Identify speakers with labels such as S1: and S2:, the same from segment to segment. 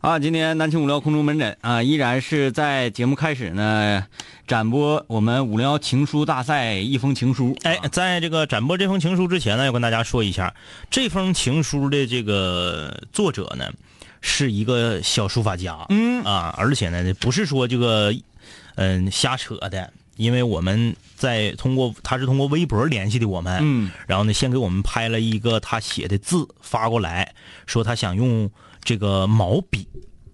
S1: 啊，今天南青五聊空中门诊啊，依然是在节目开始呢，展播我们五聊情书大赛一封情书。啊
S2: 哎，在这个展播这封情书之前呢，要跟大家说一下，这封情书的这个呃作者呢，是一个小书法家，
S1: 嗯
S2: 啊，而且呢，不是说这个嗯、瞎扯的，因为我们在通过他是通过微博联系的我们，
S1: 嗯，
S2: 然后呢，先给我们拍了一个他写的字发过来，说他想用这个毛笔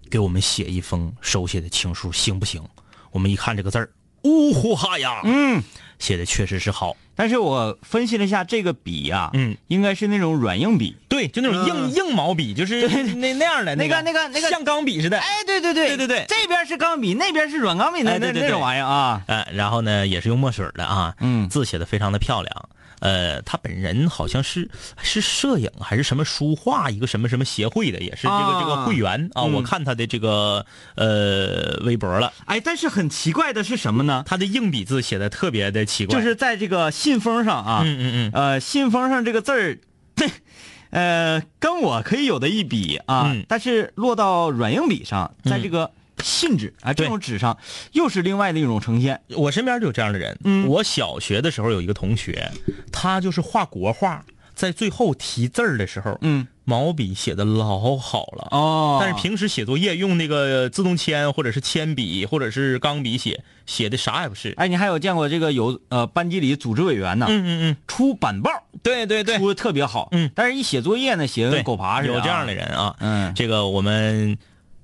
S2: 给我们写一封手写的情书，行不行？我们一看这个字儿，呜呼哈呀，
S1: 嗯，
S2: 写的确实是好。
S1: 但是我分析了一下这个笔呀、
S2: 嗯，
S1: 应该是那种软硬笔。
S2: 对，就那种硬、
S1: 嗯
S2: 硬毛笔，就是那那样的
S1: 那个
S2: 个
S1: 那个那个
S2: 像钢笔似的。
S1: 哎，对对对
S2: 对对对
S1: 这边是钢笔，那边是软钢笔的、
S2: 哎对对
S1: 那那种
S2: 对
S1: 玩意儿啊。
S2: 哎，然后呢，也是用墨水的啊，
S1: 嗯
S2: 字写的非常的漂亮。呃，他本人好像是是摄影还是什么书画一个什么什么协会的，也是这个、
S1: 啊
S2: 这个会员啊。
S1: 嗯
S2: 我看他的这个呃微博了，
S1: 哎，但是很奇怪的是什么呢？
S2: 他的硬笔字写的特别的奇怪，
S1: 就是在这个信封上啊，
S2: 嗯嗯嗯，
S1: 呃，信封上这个字儿， 呃，跟我可以有的一比啊，
S2: 嗯
S1: 但是落到软硬笔上，在这个信纸啊、这种纸上，又是另外的一种呈现。
S2: 我身边就有这样的人。
S1: 嗯
S2: 我小学的时候有一个同学，他就是画国画，在最后题字儿的时候，
S1: 嗯，
S2: 毛笔写的老好了。
S1: 哦
S2: 但是平时写作业用那个自动铅或者是铅笔或者是钢笔写，写的啥也不是。
S1: 哎，你还有见过这个有呃班级里组织委员呢，
S2: 嗯嗯
S1: 出板报
S2: 嗯，对对对，
S1: 出的特别好，
S2: 嗯
S1: 但是一写作业呢，写
S2: 对
S1: 跟狗爬似的、
S2: 有这样的，人啊。
S1: 嗯
S2: 这个我们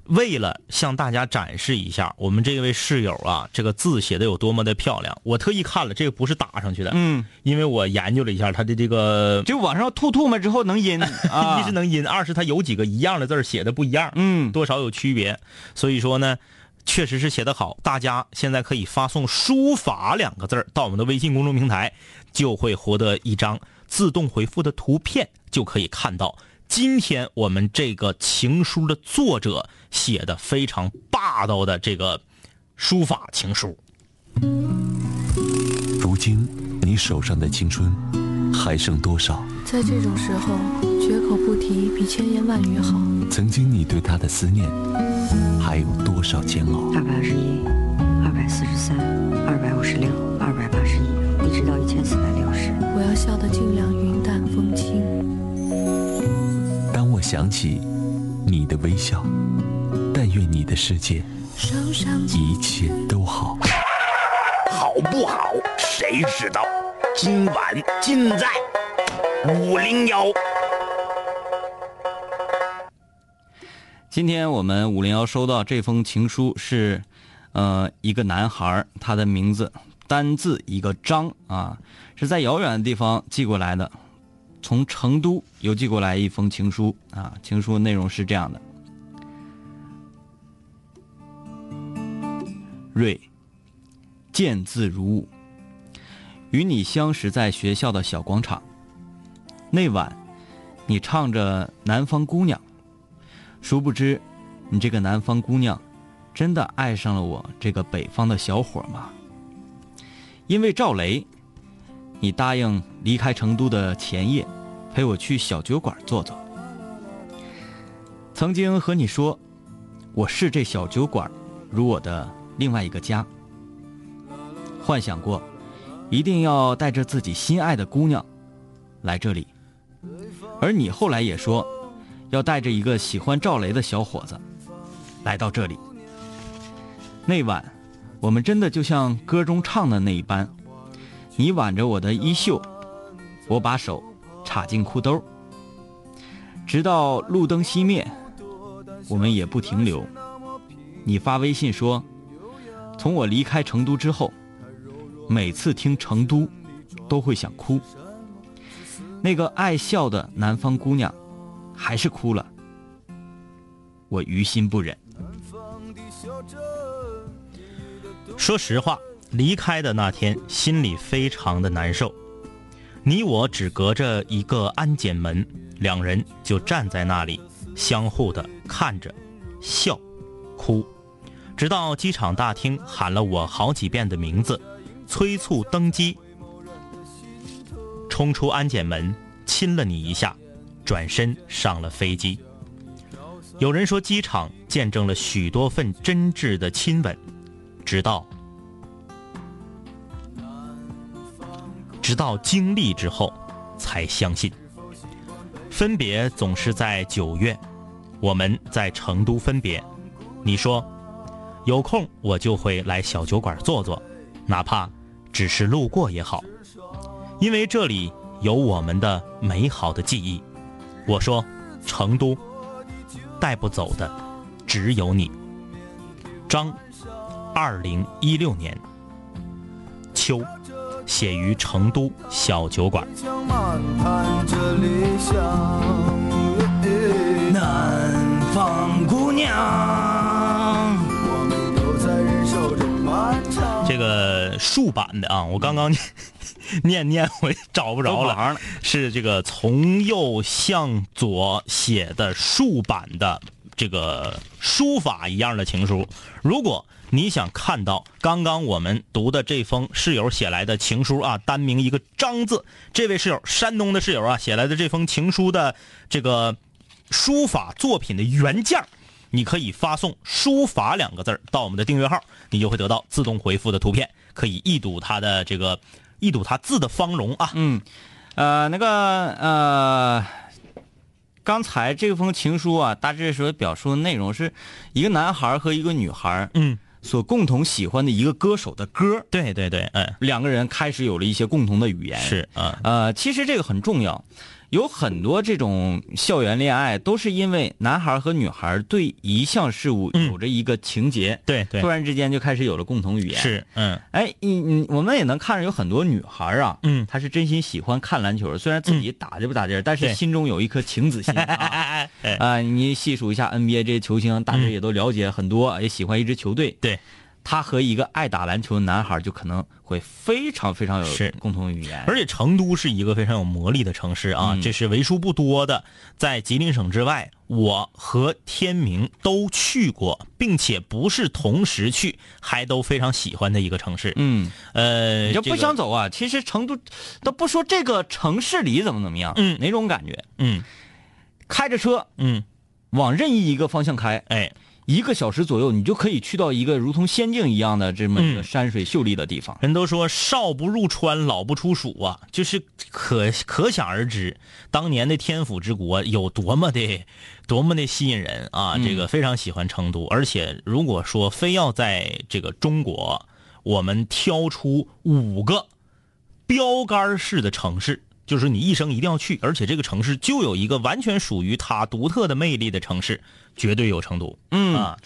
S2: 为了向大家展示一下，我们这位室友啊，这个字写的有多么的漂亮，我特意看了，这个不是打上去的，
S1: 嗯，
S2: 因为我研究了一下他的这个，
S1: 就往上吐吐沫之后能 阴啊，
S2: 一是能音，二是他有几个一样的字儿写的不一样，
S1: 嗯
S2: 多少有区别，所以说呢，确实是写得好。大家现在可以发送“书法”两个字儿到我们的微信公众平台，就会获得一张自动回复的图片，就可以看到今天我们这个情书的作者写的非常霸道的这个书法情书。
S3: 如今，你手上的青春还剩多少？
S4: 在这种时候，绝口不提比千言万语好。
S3: 曾经你对他的思念还有多少煎熬？
S5: 二百二十一，二百四十三，二百五十六，二百八十一，一直到一千四百六十。
S4: 我要笑得尽量云淡风轻，
S3: 当我想起你的微笑，但愿你的世界
S4: 手上紧
S3: 一切都好。
S6: 好不好？谁知道？今晚尽在五零幺。
S1: 今天我们五零幺收到这封情书是，呃，一个男孩儿，他的名字单字一个张啊，是在遥远的地方寄过来的，从成都邮寄过来一封情书啊，情书内容是这样的：瑞，见字如晤，与你相识在学校的小广场，那晚，你唱着《南方姑娘》。殊不知，你这个南方姑娘，真的爱上了我这个北方的小伙吗？因为赵雷，你答应离开成都的前夜，陪我去小酒馆坐坐。曾经和你说，我视这小酒馆如我的另外一个家。幻想过，一定要带着自己心爱的姑娘来这里，而你后来也说，要带着一个喜欢赵雷的小伙子来到这里。那晚，我们真的就像歌中唱的那一般，你挽着我的衣袖，我把手插进裤兜，直到路灯熄灭，我们也不停留。你发微信说，从我离开成都之后，每次听《成都》，都会想哭。那个爱笑的南方姑娘。还是哭了。我于心不忍。
S2: 说实话，离开的那天心里非常的难受。你我只隔着一个安检门，两人就站在那里，相互的看着，笑，哭，直到机场大厅喊了我好几遍的名字，催促登机，冲出安检门，亲了你一下，转身上了飞机。有人说，机场见证了许多份真挚的亲吻，直到直到经历之后才相信。分别总是在九月，我们在成都分别。你说有空我就会来小酒馆坐坐，哪怕只是路过也好，因为这里有我们的美好的记忆。我说，成都带不走的只有你。张，二零一六年秋，写于成都小酒馆。
S7: 像漫谈着理想。
S6: 南方姑娘，
S7: 我们都在忍受着漫长。
S2: 这个竖版的啊，我刚刚 念念我也找不着了，
S1: 了，
S2: 是这个从右向左写的竖版的这个书法一样的情书。如果你想看到刚刚我们读的这封室友写来的情书啊，单名一个张字，这位室友，山东的室友啊，写来的这封情书的这个书法作品的原件儿你可以发送“书法”两个字儿到我们的订阅号，你就会得到自动回复的图片，可以一睹它的这个一睹它字的芳容啊。
S1: 嗯，呃，那个呃，刚才这封情书啊，大致所表述的内容是一个男孩和一个女孩
S2: 嗯，
S1: 所共同喜欢的一个歌手的歌，
S2: 对对对，哎，
S1: 两个人开始有了一些共同的语言。
S2: 是啊，
S1: 呃，其实这个很重要，有很多这种校园恋爱都是因为男孩和女孩对一项事物
S2: 嗯
S1: 有着一个情节，
S2: 对对
S1: 突，然之间就开始有了共同语言。，
S2: 是，嗯
S1: 哎，你你我们也能看着有很多女孩啊，
S2: 嗯，
S1: 她是真心喜欢看篮球，虽然自己打着不打劲儿，但是
S2: 对
S1: 心中有一颗情子 心啊。
S2: 哎哎，
S1: 啊、你细数一下 NBA 这些球星，大致
S2: 嗯
S1: 也都了解很多，也喜欢一支球队。
S2: 对，
S1: 他和一个爱打篮球的男孩就可能会非常非常有
S2: 是
S1: 共同语言。
S2: 而且成都是一个非常有魔力的城市啊，
S1: 嗯
S2: 这是为数不多的在吉林省之外，我和天明都去过，并且不是同时去，还都非常喜欢的一个城市。
S1: 嗯，
S2: 呃，
S1: 你就不
S2: 这个
S1: 想走啊？其实成都都不说这个城市里怎么怎么样，
S2: 嗯
S1: 哪种感觉？
S2: 嗯
S1: 开着车
S2: 嗯，
S1: 往任意一个方向开，
S2: 哎，
S1: 一个小时左右，你就可以去到一个如同仙境一样的这么一个
S2: 嗯
S1: 山水秀丽的地方。
S2: 人都说少不入川，老不出蜀啊，就是可可想而知，当年的天府之国有多么的多么的吸引人啊！这个非常喜欢成都，而且如果说非要在这个中国，我们挑出五个标杆式的城市，就是你一生一定要去，而且这个城市就有一个完全属于它独特的魅力的城市，绝对有成都。
S1: 嗯
S2: 啊，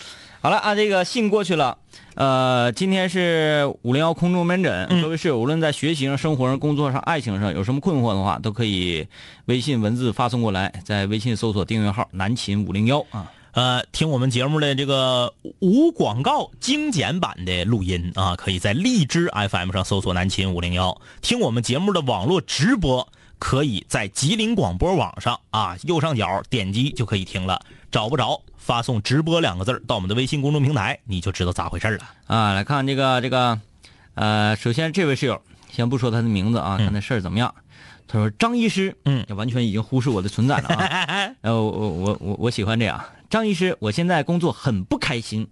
S1: 好了啊，这个信过去了。呃，今天是五零幺空中门诊，
S2: 嗯
S1: 各位室友，无论在学习上、生活上、工作上、爱情上有什么困惑的话，都可以微信文字发送过来，在微信搜索订阅号“南秦五零幺”啊。
S2: 呃，听我们节目的这个无广告精简版的录音啊，可以在荔枝 FM 上搜索“南秦五零幺”，听我们节目的网络直播，可以在吉林广播网上啊右上角点击就可以听了。找不着，发送“直播”两个字儿到我们的微信公众平台，你就知道咋回事儿了。
S1: 啊，来看这个这个，呃，首先这位室友，先不说他的名字啊，看他事儿怎么样。他说：“张医师，
S2: 嗯，
S1: 完全已经忽视我的存在了
S2: 哎
S1: 啊。呃，我我我我我喜欢这样，张医师，我现在工作很不开心，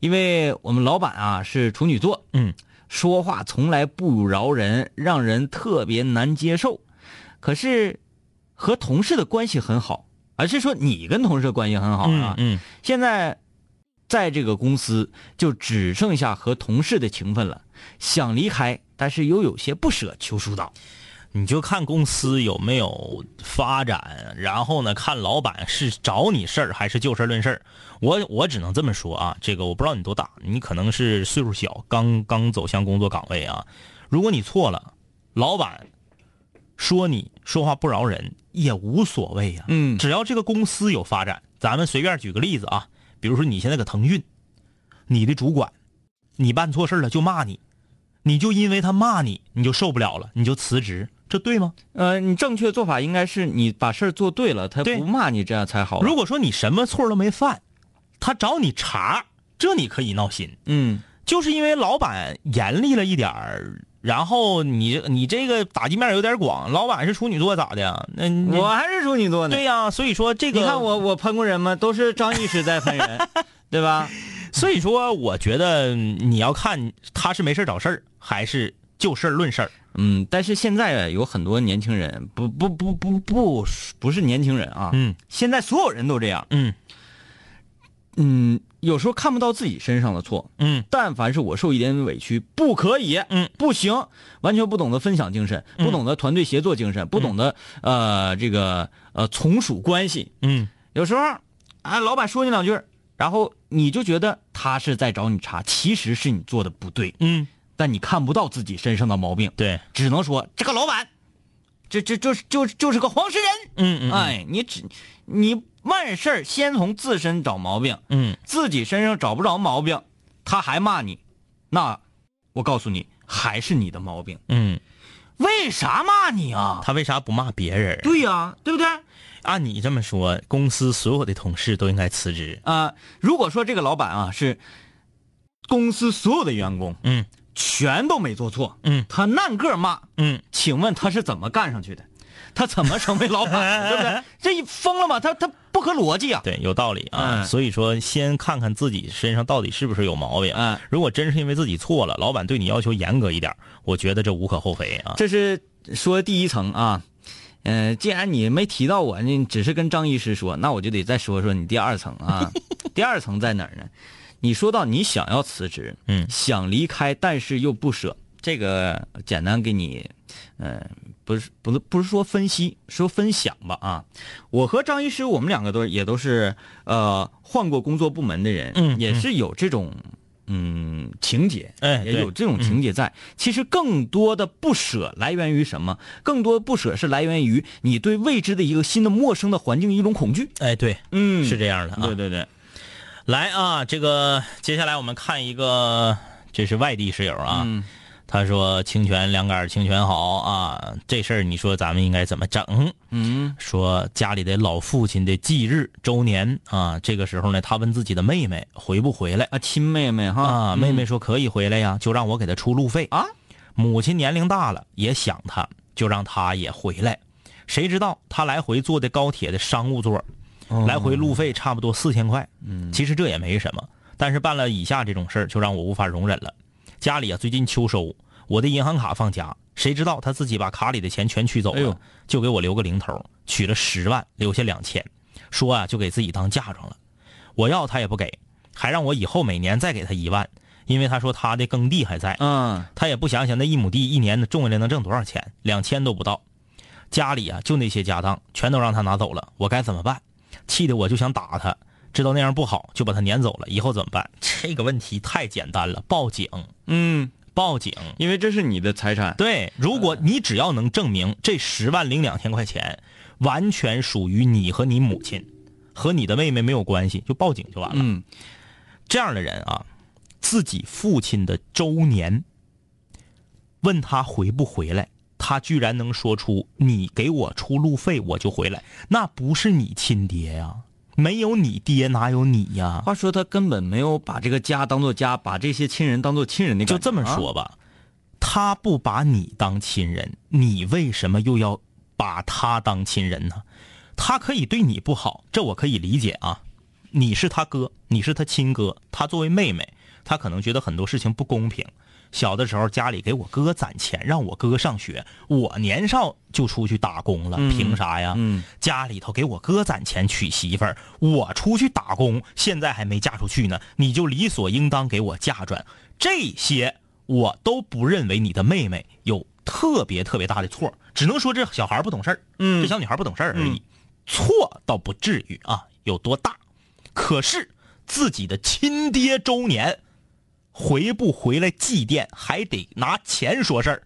S1: 因为我们老板啊是处女座，
S2: 嗯，
S1: 说话从来不饶人，让人特别难接受。可是和同事的关系很好，而是说你跟同事的关系很好啊，
S2: 嗯
S1: 现在在这个公司就只剩下和同事的情分了，想离开，但是又有些不舍。求疏导，
S2: 你就看公司有没有发展，然后呢，看老板是找你事儿还是就事论事儿。我我只能这么说啊，这个我不知道你多大，你可能是岁数小，刚刚走向工作岗位啊。如果你错了，老板说你说话不饶人也无所谓呀、
S1: 嗯
S2: 只要这个公司有发展，咱们随便举个例子啊，比如说你现在搁腾讯，你的主管，你办错事儿了就骂你，你就因为他骂你，你就受不了了，你就辞职，这对吗？
S1: 呃，你正确做法应该是你把事儿做对了，他
S2: 对
S1: 不骂你，这样才好。
S2: 如果说你什么错都没犯，他找你茬儿，这你可以闹心，
S1: 嗯
S2: 就是因为老板严厉了一点儿，然后你你这个打击面有点广，老板是处女座咋的呀？那你
S1: 我还是处女座呢。
S2: 对呀、所以说这个
S1: 你看我我喷过人吗？都是张医师在喷人， 对吧？
S2: 所以说，我觉得你要看他是没事儿找事儿，还是就事儿论事儿。
S1: 嗯，但是现在有很多年轻人，不不不不不，不是年轻人啊，
S2: 嗯，
S1: 现在所有人都这样，
S2: 嗯
S1: 嗯，有时候看不到自己身上的错，
S2: 嗯
S1: 但凡是我受一点委屈，不可以，
S2: 嗯，
S1: 不行，完全不懂得分享精神，不懂得团队协作精神，不懂得呃这个呃从属关系，
S2: 嗯
S1: 有时候，哎，老板说你两句，然后你就觉得他是在找你茬，其实是你做的不对，
S2: 嗯，
S1: 但你看不到自己身上的毛病，
S2: 对，
S1: 只能说这个老板，这这就是就就是个黄世仁。
S2: 嗯嗯
S1: 哎，你只你万事儿先从自身找毛病，
S2: 嗯
S1: 自己身上找不着毛病，他还骂你，那我告诉你，还是你的毛病。
S2: 嗯，
S1: 为啥骂你啊？
S2: 他为啥不骂别人？
S1: 对呀、对不对？
S2: 按你这么说，公司所有的同事都应该辞职。
S1: 啊、如果说这个老板啊是公司所有的员工
S2: 嗯
S1: 全都没做错，
S2: 嗯，
S1: 他难个儿骂，
S2: 嗯，
S1: 请问他是怎么干上去的？他怎么成为老板 的，对不对？这一疯了吗？他他不合逻辑啊！
S2: 对，有道理啊。
S1: 嗯
S2: 所以说，先看看自己身上到底是不是有毛病。
S1: 嗯
S2: 如果真是因为自己错了，老板对你要求严格一点，我觉得这无可厚非啊。
S1: 这是说第一层啊。嗯、既然你没提到我，你只是跟张医师说，那我就得再说说你第二层 啊。第二层在哪儿呢？你说到你想要辞职，
S2: 嗯
S1: 想离开，但是又不舍，这个简单给你，嗯、不是不是不是说分析，说分享吧啊。我和张医师，我们两个都也都是呃换过工作部门的人，
S2: 嗯
S1: 也是有这种嗯情节，
S2: 哎
S1: 也
S2: 对
S1: 有这种情节在。其实更多的不舍来源于什么？更多不舍是来源于你对未知的一个新的陌生的环境一种恐惧。
S2: 哎，对，
S1: 嗯
S2: 是这样的啊。
S1: 对对对，
S2: 来啊，这个接下来我们看一个，这是外地室友啊，
S1: 嗯
S2: 他说清泉两杆儿清泉好啊，这事儿你说咱们应该怎么整？
S1: 嗯
S2: 说家里的老父亲的忌日周年啊，这个时候呢，他问自己的妹妹回不回来
S1: 啊，亲妹妹哈，
S2: 啊？妹
S1: 嗯
S2: 妹说可以回来呀，就让我给她出路费
S1: 啊。
S2: 母亲年龄大了，也想他，就让他也回来。谁知道他来回坐的高铁的商务座，
S1: 哦
S2: 来回路费差不多四千块。嗯，其实这也没什么，但是办了以下这种事儿，就让我无法容忍了。家里啊，最近秋收，我的银行卡放假，谁知道他自己把卡里的钱全取走
S1: 哎
S2: 了，
S1: 呦
S2: 就给我留个零头，取了十万，留下两千，说啊就给自己当嫁妆了。我要他也不给，还让我以后每年再给他一万，因为他说他的耕地还在。
S1: 嗯
S2: 他也不想想那一亩地一年种下来能挣多少钱，两千都不到。家里啊，就那些家当全都让他拿走了，我该怎么办？气得我就想打他，知道那样不好，就把他撵走了。以后怎么办？这个问题太简单了，报警，
S1: 嗯，
S2: 报警。
S1: 因为这是你的财产。
S2: 对，如果你只要能证明这十万零两千块钱完全属于你和你母亲，和你的妹妹没有关系，就报警就完了。
S1: 嗯，
S2: 这样的人啊，自己父亲的周年，问他回不回来，他居然能说出“你给我出路费，我就回来”，那不是你亲爹呀、没有你爹，哪有你呀、
S1: 话说他根本没有把这个家当做家，把这些亲人当做亲人的
S2: 就
S1: 感觉
S2: 这么
S1: 啊
S2: 说吧，他不把你当亲人，你为什么又要把他当亲人呢？他可以对你不好，这我可以理解啊。你是他哥，你是他亲哥，他作为妹妹，他可能觉得很多事情不公平。小的时候家里给我哥攒钱，让我哥上学，我年少就出去打工了，凭啥呀？
S1: 嗯
S2: 家里头给我哥攒钱娶媳妇儿，我出去打工，现在还没嫁出去呢，你就理所应当给我嫁妆。这些我都不认为你的妹妹有特别特别大的错，只能说这小孩不懂事儿，嗯，这小女孩不懂事儿而已，错倒不至于啊，有多大？可是自己的亲爹周年，回不回来祭奠还得拿钱说事儿，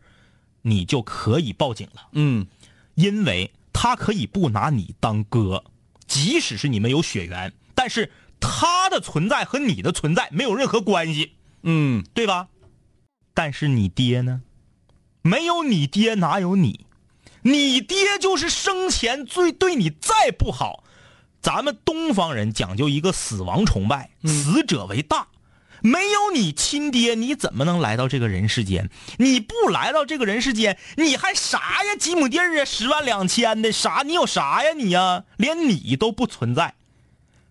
S2: 你就可以报警了。
S1: 嗯
S2: 因为他可以不拿你当哥，即使是你们有血缘，但是他的存在和你的存在没有任何关系，
S1: 嗯
S2: 对吧？但是你爹呢？没有你爹哪有你？你爹就是生前最对你再不好，咱们东方人讲究一个死亡崇拜，死者为大。没有你亲爹，你怎么能来到这个人世间？你不来到这个人世间，你还啥呀？几亩地儿啊，十万两千的啥？你有啥呀？你呀、连你都不存在。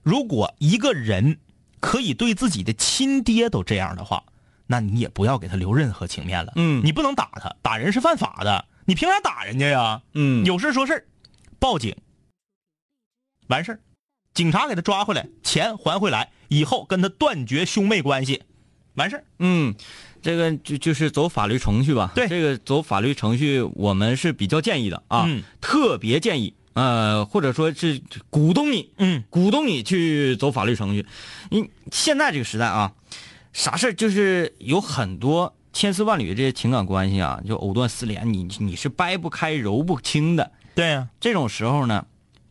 S2: 如果一个人可以对自己的亲爹都这样的话，那你也不要给他留任何情面了。
S1: 嗯
S2: 你不能打他，打人是犯法的。你凭啥打人家呀？
S1: 嗯
S2: 有事说事儿报警，完事儿，警察给他抓回来，钱还回来，以后跟他断绝兄妹关系，完事儿。
S1: 嗯，这个就就是走法律程序吧。
S2: 对
S1: 这个走法律程序，我们是比较建议的啊，
S2: 嗯
S1: 特别建议，呃，或者说是鼓动你，
S2: 嗯
S1: 鼓动你去走法律程序。你现在这个时代啊，啥事儿就是有很多千丝万缕的这些情感关系啊，就藕断丝连，你你是掰不开、揉不清的。
S2: 对呀、
S1: 这种时候呢，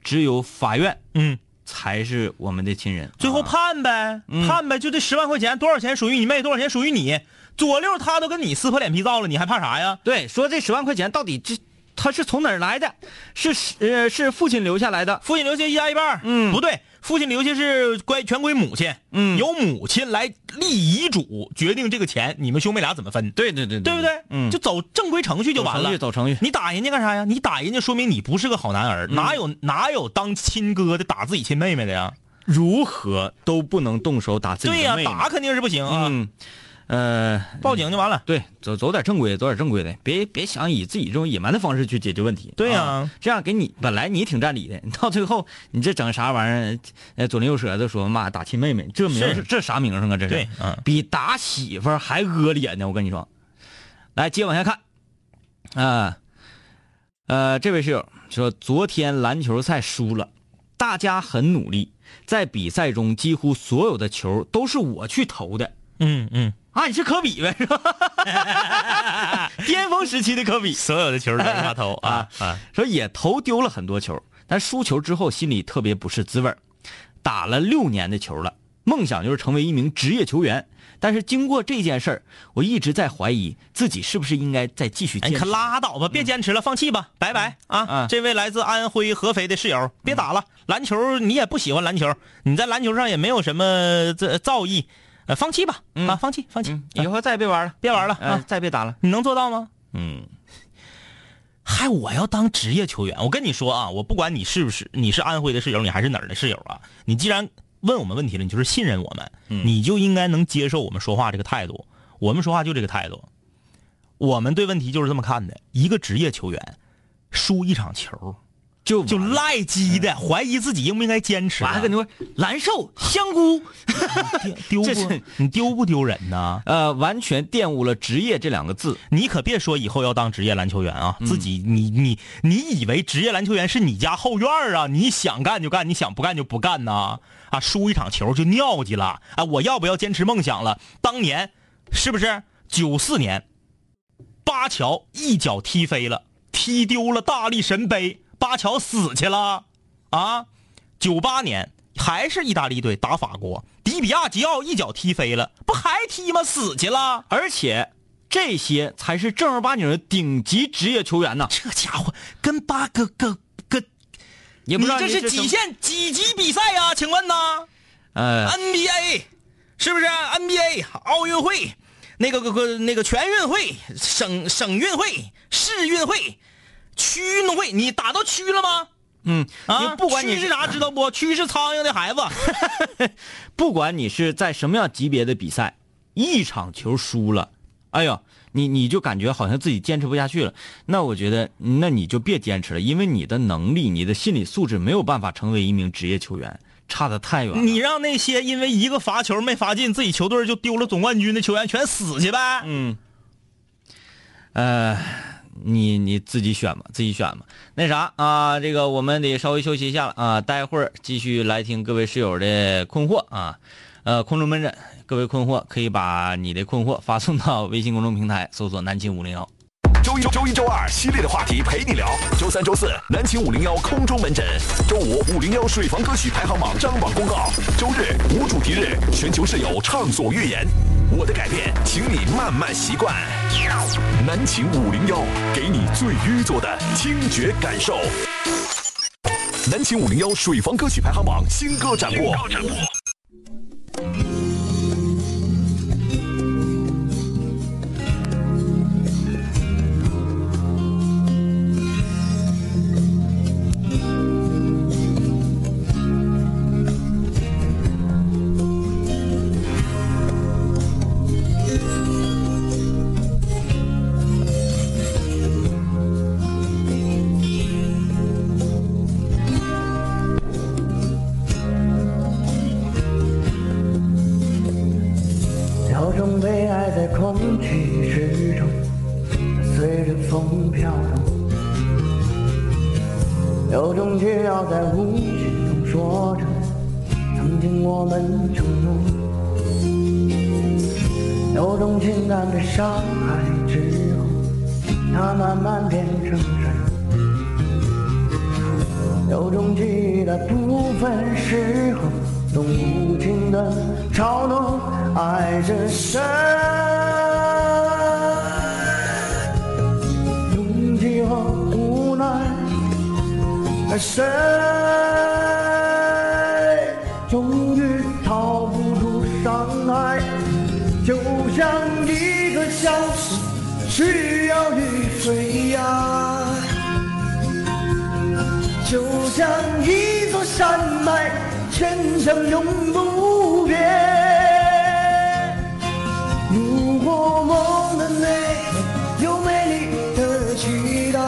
S1: 只有法院
S2: 嗯，
S1: 才是我们的亲人。
S2: 最后
S1: 啊
S2: 判呗，判呗，就这十万块钱，多少钱属于你妹，多少钱属于你，左右他都跟你撕破脸皮造了，你还怕啥呀？
S1: 对，说这十万块钱到底这他是从哪儿来的？是呃是父亲留下来的？
S2: 父亲留下一家一半儿，
S1: 嗯
S2: 不对，父亲留下是归全归母亲，
S1: 嗯
S2: 由母亲来立遗嘱，决定这个钱你们兄妹俩怎么分，
S1: 对对对对
S2: 对不对？
S1: 嗯，
S2: 就走正规程序就完
S1: 走程
S2: 了。
S1: 序走程序嗯
S2: 你打人家干啥呀？你打人家说明你不是个好男儿，哪有哪有当亲哥的打自己亲妹妹的呀？
S1: 如何都不能动手打自己
S2: 对呀、
S1: 的妹妹。
S2: 打肯定是不行啊，
S1: 嗯，呃，
S2: 报警就完了。
S1: 对，走走点正规，走点正规的，别别想以自己这种野蛮的方式去解决问题。
S2: 对呀
S1: 啊这样给你本来你挺占理的，你到最后你这整啥玩意儿？呃，左邻右舍的说妈打亲妹妹，这名儿
S2: 是
S1: 这啥名声啊？这是
S2: 对嗯
S1: 比打媳妇儿还恶劣呢！我跟你说，来接往下看，啊、呃，这位室友说昨天篮球赛输了，大家很努力，在比赛中几乎所有的球都是我去投的。
S2: 嗯嗯，
S1: 啊，你是科比呗，是吧？ 巅峰时期的科比，
S2: 所有的球都是 他投啊啊！
S1: 说也投丢了很多球，但输球之后心里特别不是滋味儿打了六年的球了，梦想就是成为一名职业球员，但是经过这件事儿，我一直在怀疑自己是不是应该再继续
S2: 哎
S1: 坚
S2: 你
S1: 持。啊
S2: 可拉倒吧，别坚持了，放弃吧，拜拜啊
S1: 嗯！
S2: 这位来自安徽合肥的室友，别打了，篮球你也不喜欢篮球，你在篮球上也没有什么这造诣，呃，放弃吧啊，放弃放弃，
S1: 嗯，
S2: 啊
S1: 以后再也别玩了，
S2: 别玩了
S1: 呃
S2: 啊，！
S1: 再也别打了。
S2: 你能做到吗？
S1: 嗯，
S2: 还我要当职业球员？我跟你说啊，我不管你是不是你是安徽的室友，你还是哪儿的室友啊，你既然问我们问题了，你就是信任我们，你就应该能接受我们说话这个态度。我们说话就这个态度，我们对问题就是这么看的。一个职业球员输一场球
S1: 就
S2: 就
S1: 完了
S2: 赖鸡的，怀疑自己应不应该坚持啊、
S1: 完了，跟你说，蓝瘦香菇，
S2: 丢
S1: 这
S2: 不
S1: 是？
S2: 你丢不丢人呢？
S1: 呃，完全玷污了职业这两个字。
S2: 你可别说以后要当职业篮球员啊，
S1: 嗯
S2: 自己你你你以为职业篮球员是你家后院儿啊？你想干就干，你想不干就不干呐、啊！输一场球就尿急了啊！我要不要坚持梦想了？当年是不是九四年，巴乔一脚踢飞了，踢丢了大力神杯，巴乔死去了啊！九八年还是意大利队打法国，迪比亚吉奥一脚踢飞了，不还踢吗？死去了。
S1: 而且这些才是正儿八经的顶级职业球员呐！
S2: 这家伙跟八哥哥哥，
S1: 也
S2: 你
S1: 不知道
S2: 这
S1: 您
S2: 是
S1: 什么
S2: 几线几级比赛呀、请问呢
S1: 呃，
S2: ？NBA 是啊不是？NBA 奥运会，那个个个那个全运会、省省运会、市运会、区运动会，你打到区了吗？
S1: 嗯
S2: 啊，
S1: 你不管你嗯
S2: 区是啥，知道不？区是苍蝇的孩子。
S1: 不管你是在什么样级别的比赛，一场球输了，哎呦，你你就感觉好像自己坚持不下去了。那我觉得，那你就别坚持了，因为你的能力、你的心理素质没有办法成为一名职业球员，差得太远了。
S2: 你让那些因为一个罚球没罚进，自己球队就丢了总冠军的球员全死去呗。
S1: 嗯，呃，你你自己选吧，自己选吧。那啥啊、这个我们得稍微休息一下了啊、待会儿继续来听各位室友的困惑啊，呃，空中门诊，各位困惑可以把你的困惑发送到微信公众平台，搜索“南秦五零幺
S6: 周一周一周二系列的话题陪你聊，周三周四南秦五零幺空中门诊，周五五零幺水房歌曲排行榜张榜公告，周日无主题日，全球室友畅所欲言。我的改变，请你慢慢习惯。南秦五零幺给你最淤作的听觉感受。南秦五零幺水房歌曲排行榜新歌展播。”
S7: 种悲哀在空气之中，随着风飘动；有种执拗在无形中说着，曾经我们承诺；有种情感的伤害之后，它慢慢变成水；有种记忆的不分时候，都无情的嘲弄爱是谁？拥挤和无奈，谁终于逃不出伤害？就像一个小时需要雨水呀、就像一座山脉，千层永不变。如果梦的内核有美丽的期待，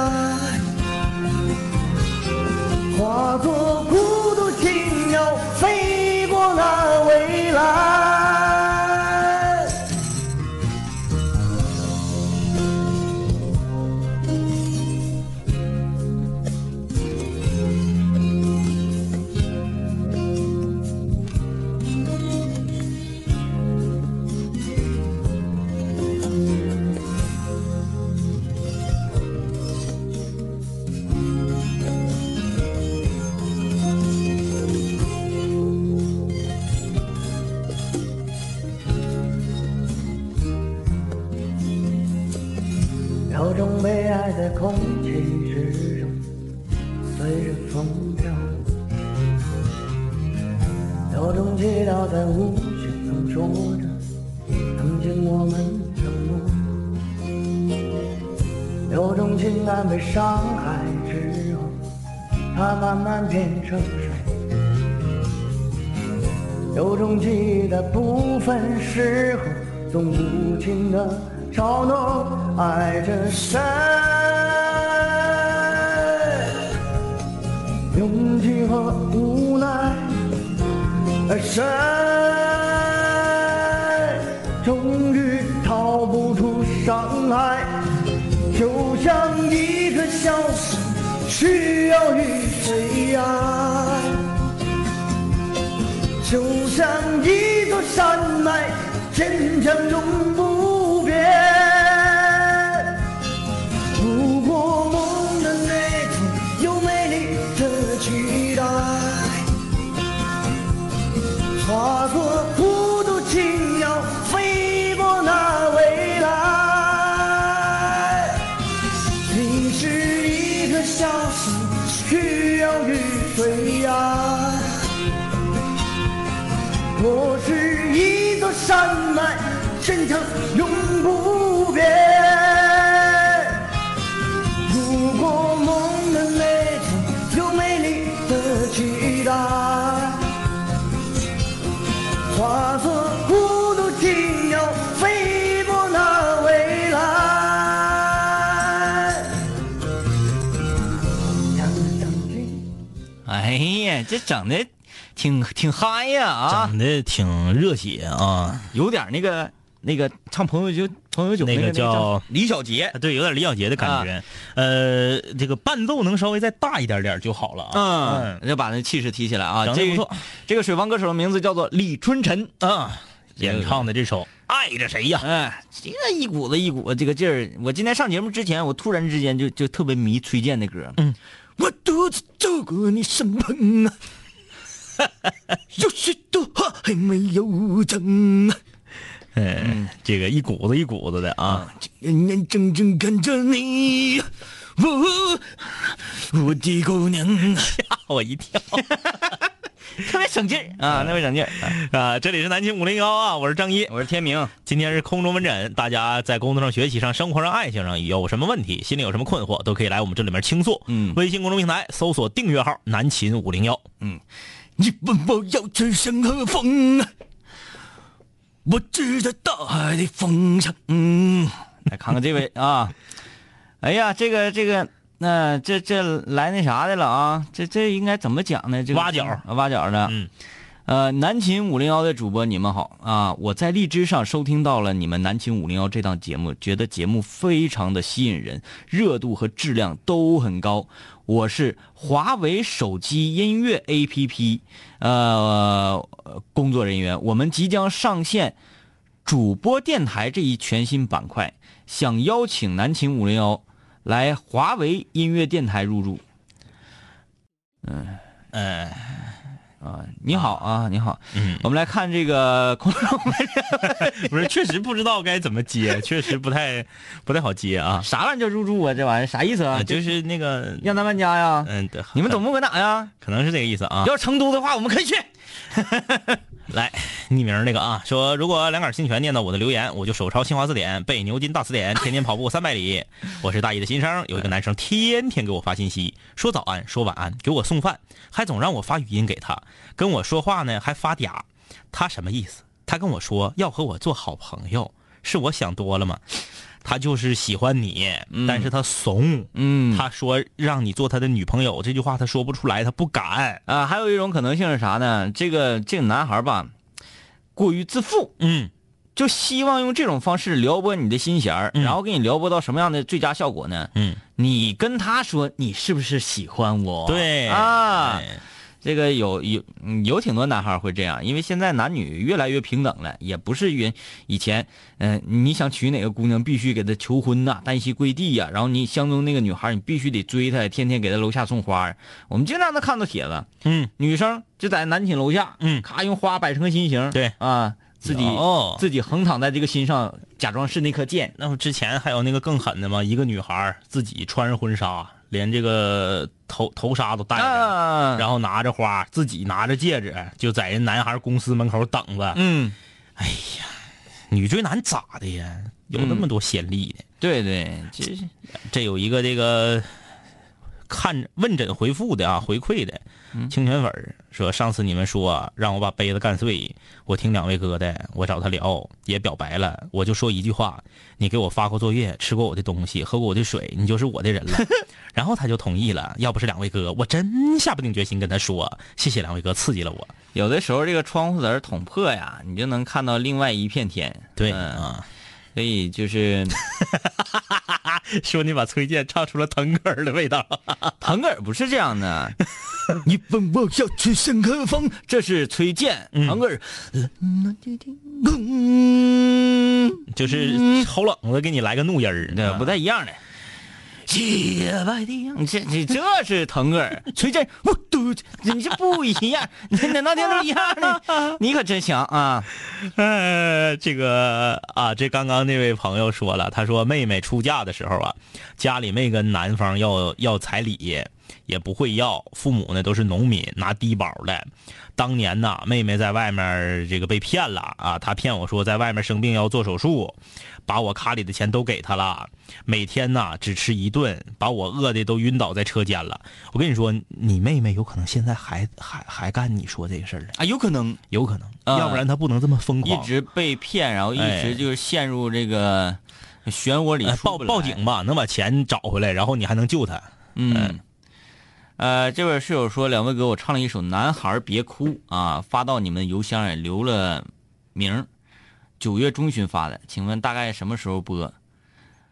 S7: 化作孤独轻鸟，飞过那未来。有种悲哀在空气之中，随着风飘动；有种祈祷在无形中说着，曾经我们承诺；有种情感被伤害之后，它慢慢变成水；有种记忆的不分时候，总无情的嘲弄爱着谁。勇气和无奈，谁终于逃不出伤害？就像一个小时需要雨水呀、就像一座山脉，坚强永不变。如果梦的内核有美丽的期待，化作孤独轻鸟，飞过那未来。你是一个小时需要雨水呀、我是一座山脉，坚强永不变。如果梦的内核有美丽的期待，化作孤独青鸟，飞过那未来。让人等静。
S1: 哎呀，这整的挺挺嗨呀啊，
S2: 长得挺热血啊，
S1: 有点那个那个唱朋友酒朋友酒
S2: 那
S1: 个
S2: 个叫啊
S1: 李小杰，啊
S2: 对，有点李小杰的感觉。呃，这个伴奏能稍微再大一点点就好了啊。
S1: 嗯，，要把那气势提起来啊，
S2: 整得
S1: 这个
S2: 不错
S1: 这个水房歌手的名字叫做李春晨，
S2: 啊，演唱的这首《爱着谁呀》
S1: 哎，这一股子一股子这个劲儿，我今天上节目之前，我突然之间就就特别迷崔健的歌。嗯，我独自走过你身旁 啊，有许多话还没有讲啊，
S2: 嗯，这个一股子一股子的啊，
S1: 眼眼睁睁看着你啊，我我的姑娘啊，
S2: 吓我一跳
S1: 特别省劲儿啊，特别省劲儿、啊
S2: 啊！这里是南京五零幺啊，我是张一，
S1: 我是天明，
S2: 今天是空中门诊，大家在工作上、学习上、生活上、爱情上有什么问题，心里有什么困惑，都可以来我们这里面倾诉。
S1: 嗯
S2: 微信公众平台搜索订阅号“南秦五零幺
S1: 你问我要去向何方啊？我指着大海的方向。嗯， 来看看这位啊， 哎呀，这个这个，那、这这来那啥的了啊？这这应该怎么讲呢？这个
S2: 挖角
S1: 啊挖角的，
S2: 嗯，
S1: 呃，南秦五零幺的主播你们好啊！我在荔枝上收听到了你们南秦五零幺这档节目，觉得节目非常的吸引人，热度和质量都很高。我是华为手机音乐 APP 呃工作人员，我们即将上线主播电台这一全新板块，想邀请南秦五零幺来华为音乐电台入驻。嗯
S2: 呃，
S1: 啊，你好啊，你好，
S2: 嗯
S1: 我们来看这个空中
S2: 不是，确实不知道该怎么 接，确实不太不太好接啊。
S1: 啥玩意儿叫入驻啊？这玩意儿啥意思啊？
S2: 啊，就是那个，
S1: 让咱搬家呀？
S2: 嗯，
S1: 你们
S2: 可
S1: 总部搁哪呀？
S2: 可能是这个意思啊。
S1: 要是成都的话，我们可以去。
S2: 来，匿名那个啊，说如果两杆清泉念到我的留言，我就手抄新华字典，背牛津大词典，天天跑步三百里。 我是大一的新生，有一个男生天天给我发信息，说早安，说晚安，给我送饭，还总让我发语音给他，跟我说话呢还发嗲，他什么意思？他跟我说要和我做好朋友，是我想多了吗？他就是喜欢你，但是他怂。
S1: 嗯
S2: 他说让你做他的女朋友这句话他说不出来，他不敢。
S1: 啊，还有一种可能性是啥呢？这个这个男孩吧，过于自负，
S2: 嗯
S1: 就希望用这种方式撩拨你的心弦儿，
S2: 嗯
S1: 然后给你撩拨到什么样的最佳效果呢？
S2: 嗯，
S1: 你跟他说你是不是喜欢我？
S2: 对
S1: 啊，
S2: 哎
S1: 这个有有嗯有挺多男孩会这样，因为现在男女越来越平等了，也不是原以前，嗯、你想娶哪个姑娘必须给她求婚呐、单膝跪地呀、然后你相中那个女孩，你必须得追她，天天给她楼下送花儿。我们经常能看到帖子，
S2: 嗯。
S1: 女生就在南寝楼下，
S2: 嗯
S1: 咔用花摆成个心形，
S2: 对
S1: 啊，自己
S2: 有
S1: 自己横躺在这个心上，假装是那颗箭，
S2: 那我之前还有那个更狠的嘛，一个女孩儿自己穿上婚纱，连这个头头纱都戴着，
S1: 啊，
S2: 然后拿着花，自己拿着戒指，就在人男孩公司门口等着。
S1: 嗯，
S2: 女追男咋的呀？有
S1: 嗯
S2: 那么多先例呢？
S1: 对对，这是
S2: 这有一个这个看问诊回复的啊，回馈的清泉粉儿说，上次你们说让我把杯子干碎，我听两位哥的，我找他聊，也表白了，我就说一句话，你给我发过作业，吃过我的东西，喝过我的水，你就是我的人了。然后他就同意了，要不是两位哥，我真下不定决心跟他说，谢谢两位哥刺激了我。
S1: 有的时候这个窗户子儿捅破呀，你就能看到另外一片天。
S2: 对
S1: 嗯
S2: 啊，
S1: 所以就是
S2: 说你把崔健唱出了腾格尔的味道。
S1: 腾格尔不是这样 的。你问我要去向何方？这是崔健，
S2: 嗯
S1: 腾格尔。
S2: 就是后冷子给你来个怒音儿，
S1: 对，不
S2: 带
S1: 太一样的。洁白的样，这这这是腾格 尔，崔健，我都你这不一样，你哪能听都一样呢？你可真强啊！
S2: 呃， 这个啊，这刚刚那位朋友说了，他说妹妹出嫁的时候啊，家里没跟男方要要彩礼，也不会要，父母呢都是农民，拿低保的。当年呐，妹妹在外面儿这个被骗了啊，她骗我说在外面生病要做手术，把我卡里的钱都给她了，每天呐只吃一顿，把我饿的都晕倒在车间了。我跟你说，你妹妹有可能现在还还还干你说这个事儿呢。
S1: 啊，有可能
S2: 有可能，
S1: 啊
S2: 要不然他不能这么疯
S1: 一
S2: 狂。
S1: 直被骗，然后一直就是陷入这个漩涡里
S2: 呃，
S1: 出
S2: 报
S1: 不
S2: 报
S1: 来
S2: 警哎吧，能把钱找回来，然后你还能救他。
S1: 嗯，呃，这位室友说，两位哥，我唱了一首《男孩别哭》啊，发到你们邮箱也留了名，九月中旬发的，请问大概什么时候播？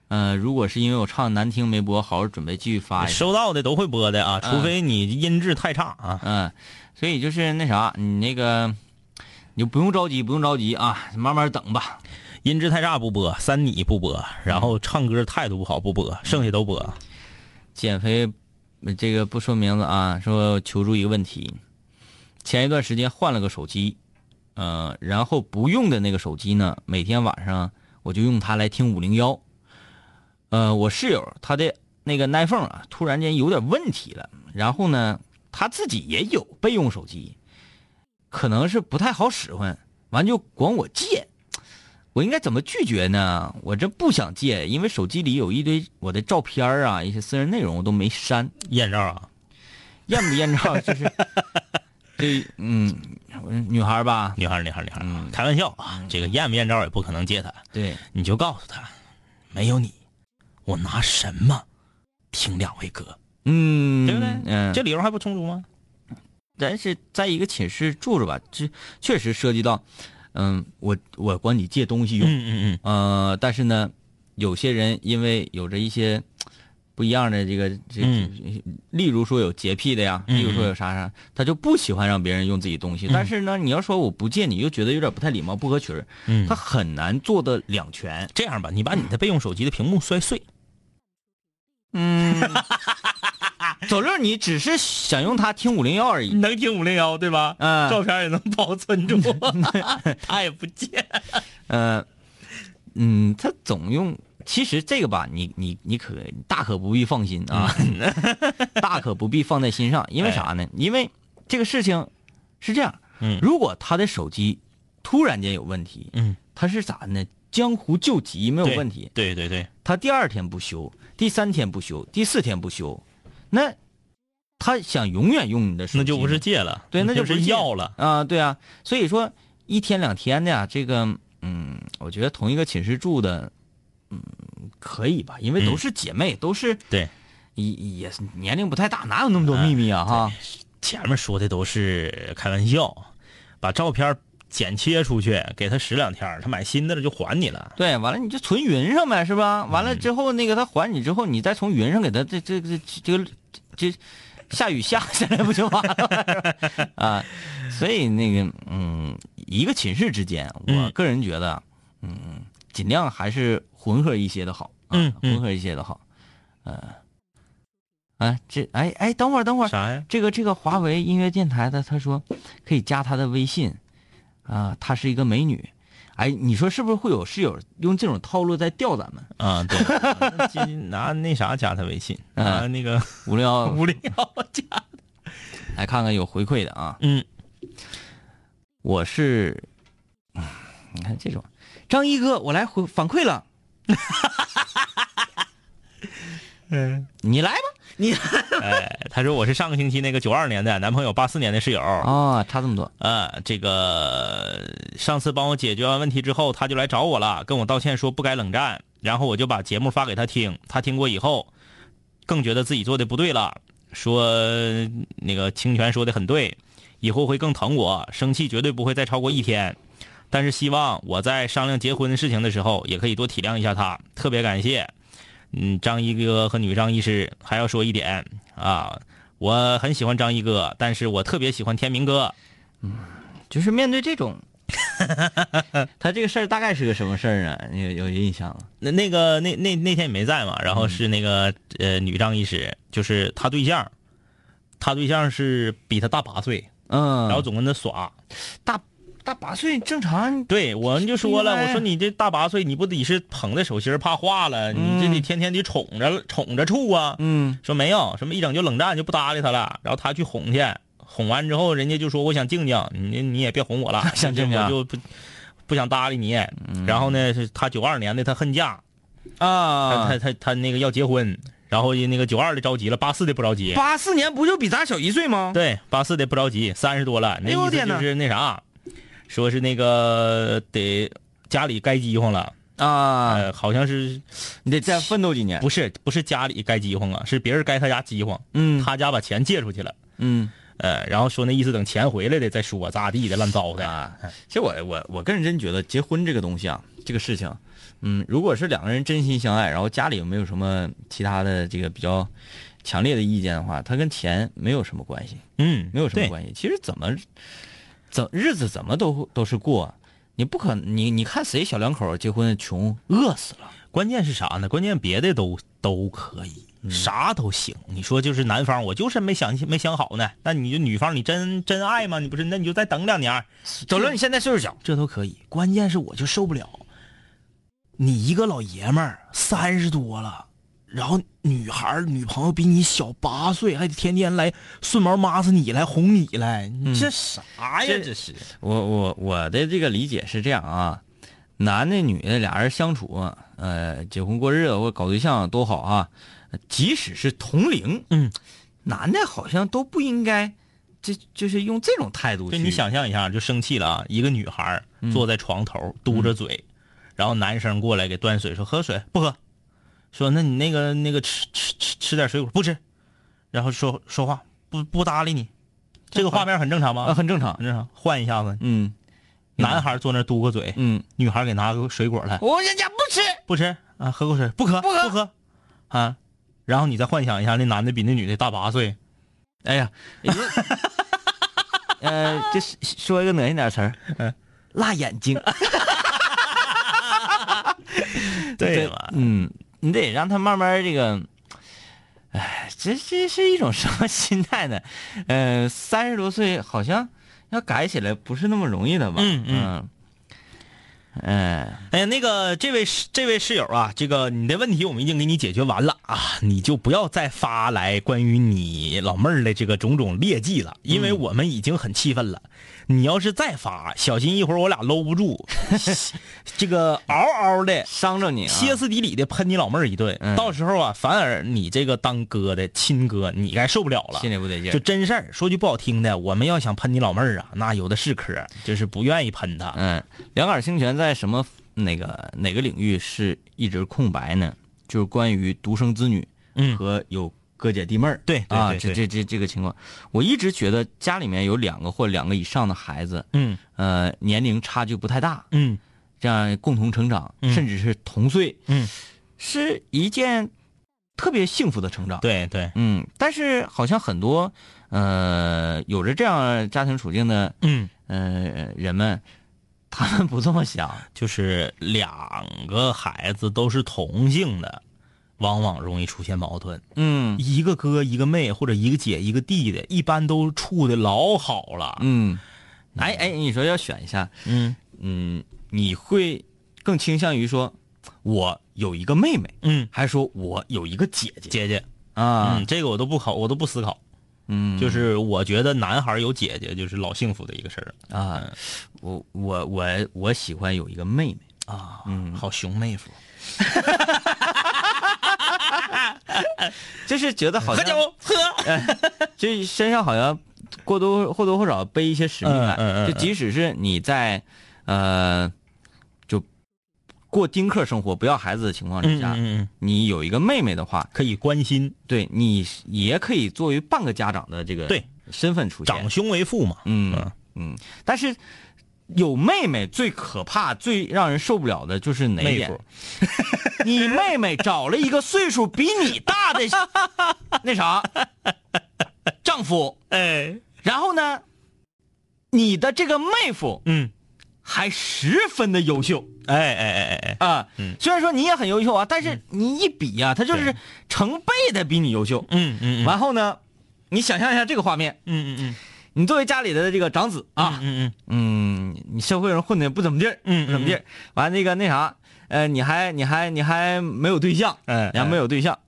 S1: 呃，如果是因为我唱得难听没播，好好准备继续发一下。
S2: 哎收到的都会播的啊，除非你音质太差啊。
S1: 嗯，所以就是那啥，你那个你就不用着急，不用着急啊，慢慢等吧。
S2: 音质太差不播，三你不播，然后唱歌态度不好不播，剩下都播。
S1: 减肥，呃这个不说名字啊，说求助一个问题。前一段时间换了个手机，呃，然后不用的那个手机呢，每天晚上我就用它来听五零幺。呃，我室友他的那个 iPhone 啊，突然间有点问题了，然后呢，他自己也有备用手机，可能是不太好使唤，完就管我借。我应该怎么拒绝呢？我这不想借，因为手机里有一堆我的照片儿啊，一些私人内容我都没删，
S2: 艳照啊，
S1: 验不验照就是 这嗯，女孩儿吧，
S2: 女孩儿女孩儿女孩儿啊，开玩笑啊，这个艳不艳照也不可能借他，
S1: 对，
S2: 你就告诉他，没有你，我拿什么听两位哥，
S1: 嗯，
S2: 对不对
S1: 嗯，
S2: 这理由还不充足吗？
S1: 咱是在一个寝室住着吧，这确实涉及到，嗯，我我管你借东西用，
S2: 嗯嗯
S1: 呃，但是呢，有些人因为有着一些不一样的这个这，
S2: 嗯
S1: 例如说有洁癖的呀，
S2: 嗯
S1: 例如说有啥啥，他就不喜欢让别人用自己东西。但是呢，你要说我不借你，又觉得有点不太礼貌，不合群儿，
S2: 嗯
S1: 他很难做的两全。
S2: 这样吧，你把你的备用手机的屏幕摔碎，
S1: 嗯，走六，你只是想用它听五零幺而已。
S2: 能听五零幺对吧？
S1: 嗯
S2: 照片也能保存 住，他也不见。
S1: 呃，嗯，他总用。其实这个吧，你你你可大可不必放心 啊，大可不必放在心上，因为啥呢？因为这个事情是这样，
S2: 哎嗯
S1: 如果他的手机突然间有问题，
S2: 嗯，
S1: 他是咋呢？江湖救急没有问题，
S2: 对对对，
S1: 他第二天不修，第三天不修，第四天不修，那他想永远用你的手机吗，
S2: 那就不是借了，
S1: 对，那就不
S2: 是
S1: 借
S2: 要了。
S1: 啊、对啊，所以说一天两天的呀，这个，嗯，我觉得同一个寝室住的，嗯，可以吧？因为都
S2: 嗯
S1: 是姐妹，都是
S2: 对，
S1: 也也是年龄不太大，哪有那么多秘密啊？哈，
S2: 前面说的都是开玩笑，把照片剪切出去，给他使两天，他买新的了就还你了。
S1: 对，完了你就存云上呗，是吧？完了
S2: 嗯
S1: 之后，那个他还你之后，你再从云上给他这这这这个这下雨下下来不就完了吗 是吧啊？所以那个嗯，一个寝室之间，我
S2: 嗯
S1: 个人觉得，嗯，尽量还是混合一些的好，啊
S2: 嗯嗯
S1: 混合一些的好，呃，啊，这哎哎，等会儿等会儿，
S2: 啥呀？
S1: 这个这个华为音乐电台的，他说可以加他的微信，啊、她是一个美女，哎，你说是不是会有室友用这种套路在钓咱们？
S2: 啊， 对，今拿那啥加他微信，
S1: 嗯
S2: 拿 那个
S1: 五零幺，
S2: 五零幺加。
S1: 来看看有回馈的啊，
S2: 嗯，
S1: 我是，唉你看这种，张一哥，我来回反馈了，嗯，你来吧，你
S2: 哎，他说我是上个星期那个九二年的男朋友，八四年的室友。
S1: 啊、差这么多，
S2: 啊，这个上次帮我解决完问题之后，他就来找我了，跟我道歉说不该冷战，然后我就把节目发给他听，他听过以后，更觉得自己做的不对了，说那个清泉说的很对，以后会更疼我，生气绝对不会再超过一天，但是希望我在商量结婚事情的时候，也可以多体谅一下他，特别感谢，嗯，张一哥和女张医师还要说一点啊。我很喜欢张一哥，但是我特别喜欢天明哥。
S1: 就是面对这种。他这个事儿大概是个什么事儿啊？你有有印象吗？
S2: 那那个那那那天你没在嘛？然后
S1: 嗯
S2: 是那个、呃女张医师，就是他对象，他对象是比他大八岁，
S1: 嗯，
S2: 然后总跟他耍。
S1: 大大八岁正常，
S2: 对，我们就说了，
S1: 哎
S2: 我说你这大八岁，你不得是捧在手心儿怕化了，你这得天天得宠着宠着处啊。
S1: 嗯
S2: 说没有什么，一整就冷战，就不搭理他了。然后他去哄去，哄完之后，人家就说我想静静，你你也别哄我了，
S1: 想静啊嗯静
S2: 我就不不想搭理你。然后呢，是他九二年的，他恨嫁。
S1: 啊
S2: 他，他他他那个要结婚，然后那个九二的着急了，八四的不着急。
S1: 八四年不就比咱小一岁吗？
S2: 对，八四的不着急，三十多了，那
S1: 哎呦
S2: 意思
S1: 天哪
S2: 就是那啥，说是那个得家里该饥荒了，
S1: 啊，
S2: 呃，好像是
S1: 你得再奋斗几年。
S2: 不是不是家里该饥荒啊，是别人该他家饥荒，
S1: 嗯
S2: 他家把钱借出去了，
S1: 嗯，
S2: 呃，然后说那意思等钱回来了再说，咋地的乱糟的
S1: 啊其实我我我个人真觉得结婚这个东西啊，这个事情，嗯，如果是两个人真心相爱，然后家里有没有什么其他的这个比较强烈的意见的话，它跟钱没有什么关系，
S2: 嗯，
S1: 没有什么
S2: 对
S1: 关系。其实怎么怎日子怎么都都是过，你不可你你看谁小两口结婚穷饿死了。
S2: 关键是啥呢？关键别的都都可以，
S1: 嗯
S2: 啥都行。你说就是男方，我就是没想没想好呢。那你就女方，你真真爱吗？你不是，那你就再等两年儿，
S1: 走了，你现在岁数小，
S2: 这都可以。关键是我就受不了，你一个老爷们儿三十多了，然后女孩儿女朋友比你小八岁，还得天天来顺毛抹死你来哄你来，你这啥呀？
S1: 嗯这
S2: 这是
S1: 我我我的这个理解是这样啊，男的女的俩人相处，呃，结婚过日子或搞对象多好啊，即使是同龄，
S2: 嗯，
S1: 男的好像都不应该，这就是用这种态度
S2: 就
S1: 去。
S2: 你想象一下，就生气了啊！一个女孩儿坐在床头，嘟着嘴，然后男生过来给端水，说喝水不喝，说那你那个那个吃吃吃吃点水果不吃，然后说说话不不搭理你，这个画面很正常
S1: 啊，
S2: 吗？
S1: 很正常
S2: 很。正常，换一下子，
S1: 嗯
S2: 男孩坐那儿嘟个嘴，
S1: 嗯，
S2: 女孩给拿个水果来，
S1: 我人家不吃。
S2: 不吃啊，喝口水，不喝，不喝，不喝，啊，然后你再幻想一下，那男的比那女的大八岁，
S1: 哎呀，人家 呃，这是说一个恶心点儿词儿，辣眼睛。
S2: 吧？
S1: 嗯，你得让他慢慢这个，哎，这这是一种什么心态呢？呃，三十多岁好像要改起来不是那么容易的吧？
S2: 嗯
S1: 嗯，哎，
S2: 哎，那个这位室这位室友啊，这个你的问题我们已经给你解决完了啊，你就不要再发来关于你老妹儿的这个种种劣迹了，因为我们已经很气愤了。你要是再发，小心一会儿我俩搂不住， 这个嗷嗷的。
S1: 伤着你啊！
S2: 歇斯底里的喷你老妹儿一顿，
S1: 嗯
S2: 到时候啊，反而你这个当哥的亲哥，你该受不了了，
S1: 心里不得劲儿
S2: 就真事儿，说句不好听的，我们要想喷你老妹儿啊，那有的是嗑，就是不愿意喷她。
S1: 嗯，两杆儿清泉在什么那个哪个领域是一直空白呢？就是关于独生子女
S2: 嗯
S1: 和有哥姐弟妹儿、
S2: 对对
S1: 啊，
S2: 对
S1: 这
S2: 对
S1: 这这这个情况，我一直觉得家里面有两个或两个以上的孩子，
S2: 嗯
S1: 呃，年龄差距不太大，
S2: 嗯
S1: 这样共同成长，
S2: 嗯
S1: 甚至是同岁，
S2: 嗯，
S1: 是一件特别幸福的成长。，
S2: 对对，
S1: 嗯，但是好像很多呃有着这样家庭处境的
S2: 嗯。
S1: 呃人们，他们不这么想。
S2: 就是两个孩子都是同性的，往往容易出现矛盾。
S1: 嗯
S2: 一个哥一个妹或者一个姐一个弟的，一般都处的老好了。
S1: 嗯，哎哎，你说要选一下，
S2: 嗯
S1: 嗯，你会更倾向于说，我有一个妹妹，
S2: 嗯，
S1: 还是说我有一个姐姐
S2: 姐姐，
S1: 啊
S2: 嗯，？这个我都不考，我都不思考。
S1: 嗯，
S2: 就是我觉得男孩有姐姐就是老幸福的一个事儿
S1: 啊，我我我我喜欢有一个妹妹。
S2: 啊，嗯，好熊妹夫，
S1: 就是觉得好
S2: 喝
S1: 像
S2: 酒喝，
S1: 就是身上好像过多或多或少背一些使命感，
S2: 嗯嗯嗯
S1: 就即使是你在呃就过丁克生活不要孩子的情况之
S2: 嗯
S1: 下，
S2: 嗯嗯，
S1: 你有一个妹妹的话，
S2: 可以关心，
S1: 对你也可以作为半个家长的这个
S2: 对
S1: 身份出现，
S2: 长兄为父嘛。
S1: 嗯
S2: 嗯
S1: 嗯，但是。有妹妹最可怕、最让人受不了的就是哪一
S2: 妹
S1: 点
S2: 夫？，
S1: 你妹妹找了一个岁数比你大的那啥丈夫，
S2: 哎，
S1: 然后呢，你的这个妹夫
S2: 嗯，
S1: 还十分的优秀
S2: 哎哎哎哎哎，
S1: 啊，
S2: 嗯
S1: 虽然说你也很优秀啊，但是你一比呀、他就是
S2: 对
S1: 成倍的比你优秀。
S2: 嗯嗯嗯
S1: 然后呢，你想象一下这个画面，
S2: 嗯嗯嗯
S1: 你作为家里的这个长子啊，
S2: 嗯嗯
S1: 嗯，你社会上混的不怎么地儿，
S2: 嗯
S1: 不怎么地儿，完那个那啥，呃，你还你还你还没有对象，
S2: 哎
S1: 你还没有对象，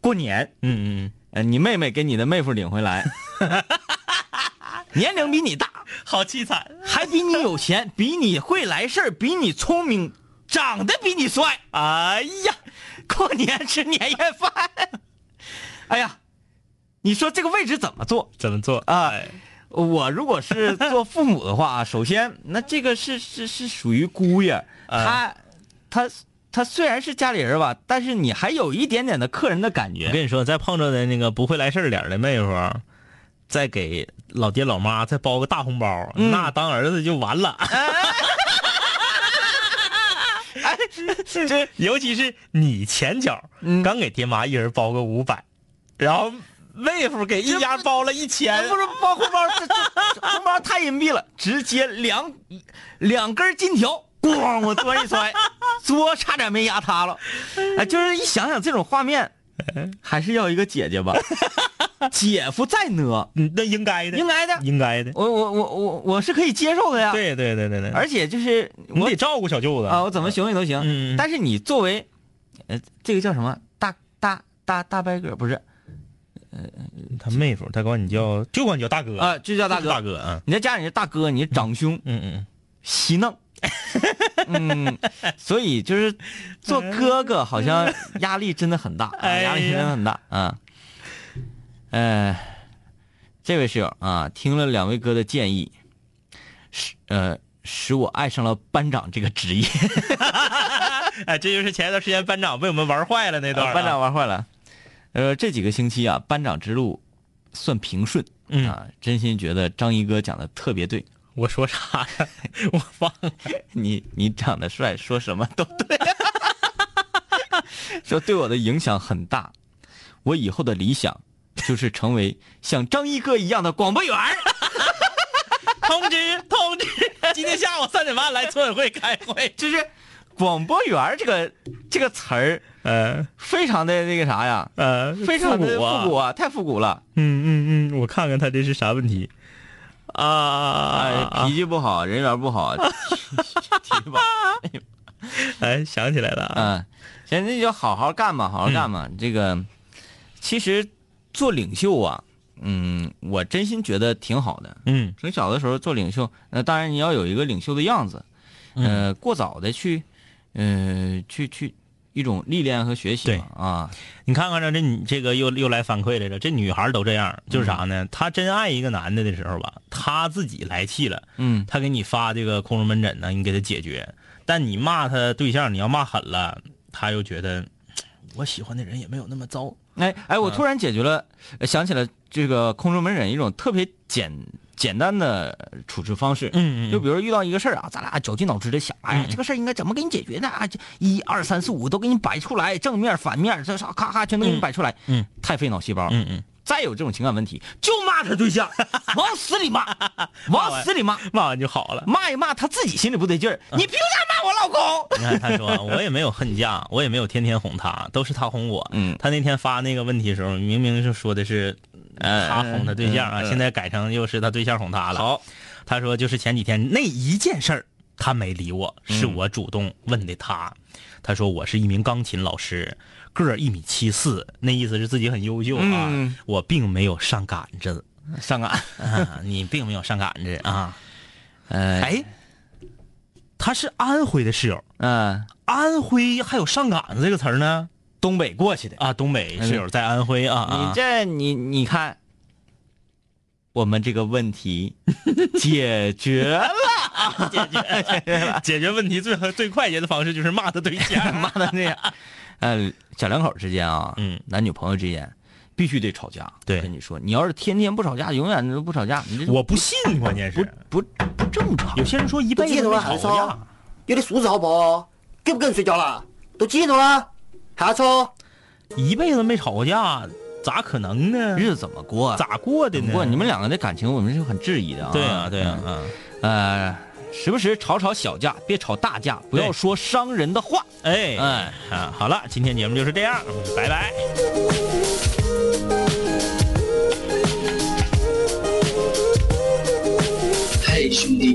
S1: 过年，
S2: 嗯嗯嗯。
S1: 呃，你妹妹给你的妹夫领回 来，年龄比你大，
S2: 好凄惨
S1: 还比你有钱，比你会来事儿，比你聪明，长得比你帅。哎呀，过年吃年夜 饭，哎呀，你说这个位置怎么坐
S2: 怎么做？
S1: 啊？我如果是做父母的话，首先那这个是是是属于姑爷，
S2: 嗯
S1: 他他他虽然是家里人吧，但是你还有一点点的客人的感
S2: 我
S1: 觉。
S2: 跟你说，再碰着的那个不会来事儿点儿的妹夫，再给老爹老妈再包个大红包，
S1: 嗯
S2: 那当儿子就完了。
S1: 哎
S2: 这尤其是你前脚、
S1: 嗯
S2: 刚给爹妈一人包个五百，然后妹夫给一家包了一千
S1: 这，不是包红包，这这这红包太隐蔽了，直接两两根金条，咣，我桌上一 摔，桌差点没压塌了。哎，就是一想想这种画面，还是要一个姐姐 吧，姐夫再呢，
S2: 嗯那应该的，
S1: 应该的
S2: 应该的。
S1: 我我我我我是可以接受的呀。，
S2: 对对对对对，
S1: 而且就是
S2: 你
S1: 我
S2: 得照顾小舅子
S1: 啊，我怎么
S2: 想？
S1: 熊你都行，
S2: 嗯嗯嗯
S1: 但是你作为，呃，这个叫什么大大大大白哥不是
S2: 嗯他妹夫，他管你叫就管你叫大哥
S1: 啊，，就叫大哥，
S2: 大哥啊，
S1: 你在家里是大哥，你是长兄。
S2: 嗯嗯
S1: 嬉 弄。嗯，所以就是做哥哥好像压力真的很大，啊
S2: 哎呀
S1: 压力真的很大啊。呃，这位室友啊，听了两位哥的建议，使呃使我爱上了班长这个职 业。
S2: 嗯，哎，这就是前一段时间班长被我们玩坏
S1: 啊
S2: 了那段、
S1: 班长，玩坏了。呃，这几个星期啊，班长之路算平顺，
S2: 嗯
S1: 啊，真心觉得张一哥讲的特别对，
S2: 我说啥呀？ 我忘了。
S1: 你你长得帅，说什么都对， 说对我的影响很大。我以后的理想就是成为像张一哥一样的广播员儿。
S2: 通知通知， 今天下午三点半来村委会开会。
S1: 就是广播员儿这个这个词儿，
S2: 呃
S1: 非常的那个啥呀，
S2: 呃，
S1: 非常的
S2: 复古啊
S1: 复古啊，太复古了。
S2: 嗯嗯嗯，我看看他这是啥问题啊
S1: 哎，
S2: 啊！
S1: 脾气不好，人缘不好，脾气不 好。
S2: 哎，想起来了啊！
S1: 嗯，行，那就好好干吧，好好干
S2: 嗯
S1: 吧。这个其实做领袖啊，嗯，我真心觉得挺好的。
S2: 嗯
S1: 从小的时候做领袖，那、当然你要有一个领袖的样子，呃，过早的去，呃，去去一种历练和学习
S2: 对
S1: 嘛啊，
S2: 你看看着这你这个又又来反馈来了，这女孩都这样，就是啥呢？她真爱一个男的的时候吧，她自己来气了，
S1: 嗯
S2: 她给你发这个空中门诊呢，你给她解决。但你骂她对象，你要骂狠了，她又觉得我喜欢的人也没有那么糟。
S1: 哎哎，
S2: 嗯
S1: 我突然解决了，呃想起了这个空中门诊一种特别简简单的处置方式。
S2: 嗯嗯嗯嗯
S1: 就比如遇到一个事儿啊，咱俩绞尽脑汁的想，哎呀，这个事儿应该怎么给你解决呢？啊，这一二三四五都给你摆出来，正面反面，这啥咔咔全都给你摆出来。
S2: 嗯，
S1: 太费脑细胞。
S2: 嗯嗯，
S1: 再有这种情感问题，就骂他对象，往死里 骂，
S2: 啊
S1: 往死里骂，
S2: 骂完就好了。
S1: 骂一骂他自己心里不对劲儿。
S2: 嗯
S1: 你凭啥骂我老公？
S2: 你看，他说啊我也没有恨嫁，我也没有天天哄她，都是她哄我。
S1: 嗯
S2: 他那天发那个问题的时候，明明是说的是
S1: 呃
S2: 他哄他对象啊，
S1: 呃呃
S2: 现在改成又是他对象哄他了。好，他说就是前几天那一件事儿，他没理我，
S1: 嗯
S2: 是我主动问的他。他说我是一名钢琴老师，个儿一米七四，那意思是自己很优秀啊，
S1: 嗯
S2: 我并没有上杆子。
S1: 上啊，
S2: 啊，你并没有上杆子啊！
S1: 呃，
S2: 哎，他是安徽的室友，
S1: 嗯，
S2: 安徽还有上杆子这个词儿呢？
S1: 东北过去的。
S2: 啊，东北室友在安徽啊啊！
S1: 你这你你看，我们这个问 题解决了，
S2: 解决问题最最快捷的方式就是骂他对象。
S1: 妈的 那样，呃，小两口之间啊，
S2: 嗯
S1: 男女朋友之间必须得吵架。
S2: 对
S1: 我跟你说，你要是天天不吵架，永远都不吵架，你这
S2: 我不信，关键
S1: 不
S2: 是
S1: 不不正常
S2: 有。些人说一
S8: 都
S2: 辈子
S8: 记住
S2: 没
S8: 了，
S2: 吵
S8: 还
S2: 架
S8: 吵，，有点素质好不好？跟不跟人睡觉了？都记住了，还吵？
S2: 一辈子没吵过架，咋可能呢？
S1: 日子怎么过啊？
S2: 咋过的
S1: 怎么
S2: 呢？
S1: 过？你们两个的感情，我们是很质疑的啊。
S2: 对啊对啊，啊！
S1: 嗯，呃，时不时吵吵小架，别吵大架，不
S2: 对
S1: 要说伤人的话。
S2: 哎
S1: 哎
S2: 啊，好了，今天节目就是这样，拜拜。
S9: 嘿，兄弟，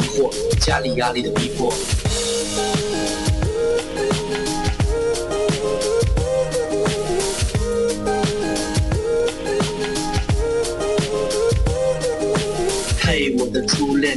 S9: 惑，家里压力的逼迫。嘿，我的初恋，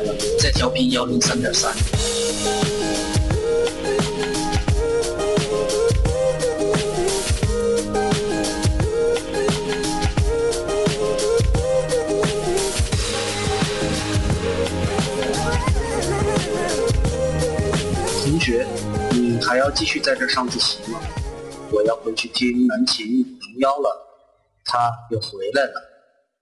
S9: 了，在调频幺零三点三。同学，你还要继续在这儿上自习吗？我要回去听南琴童谣了，他又回来了。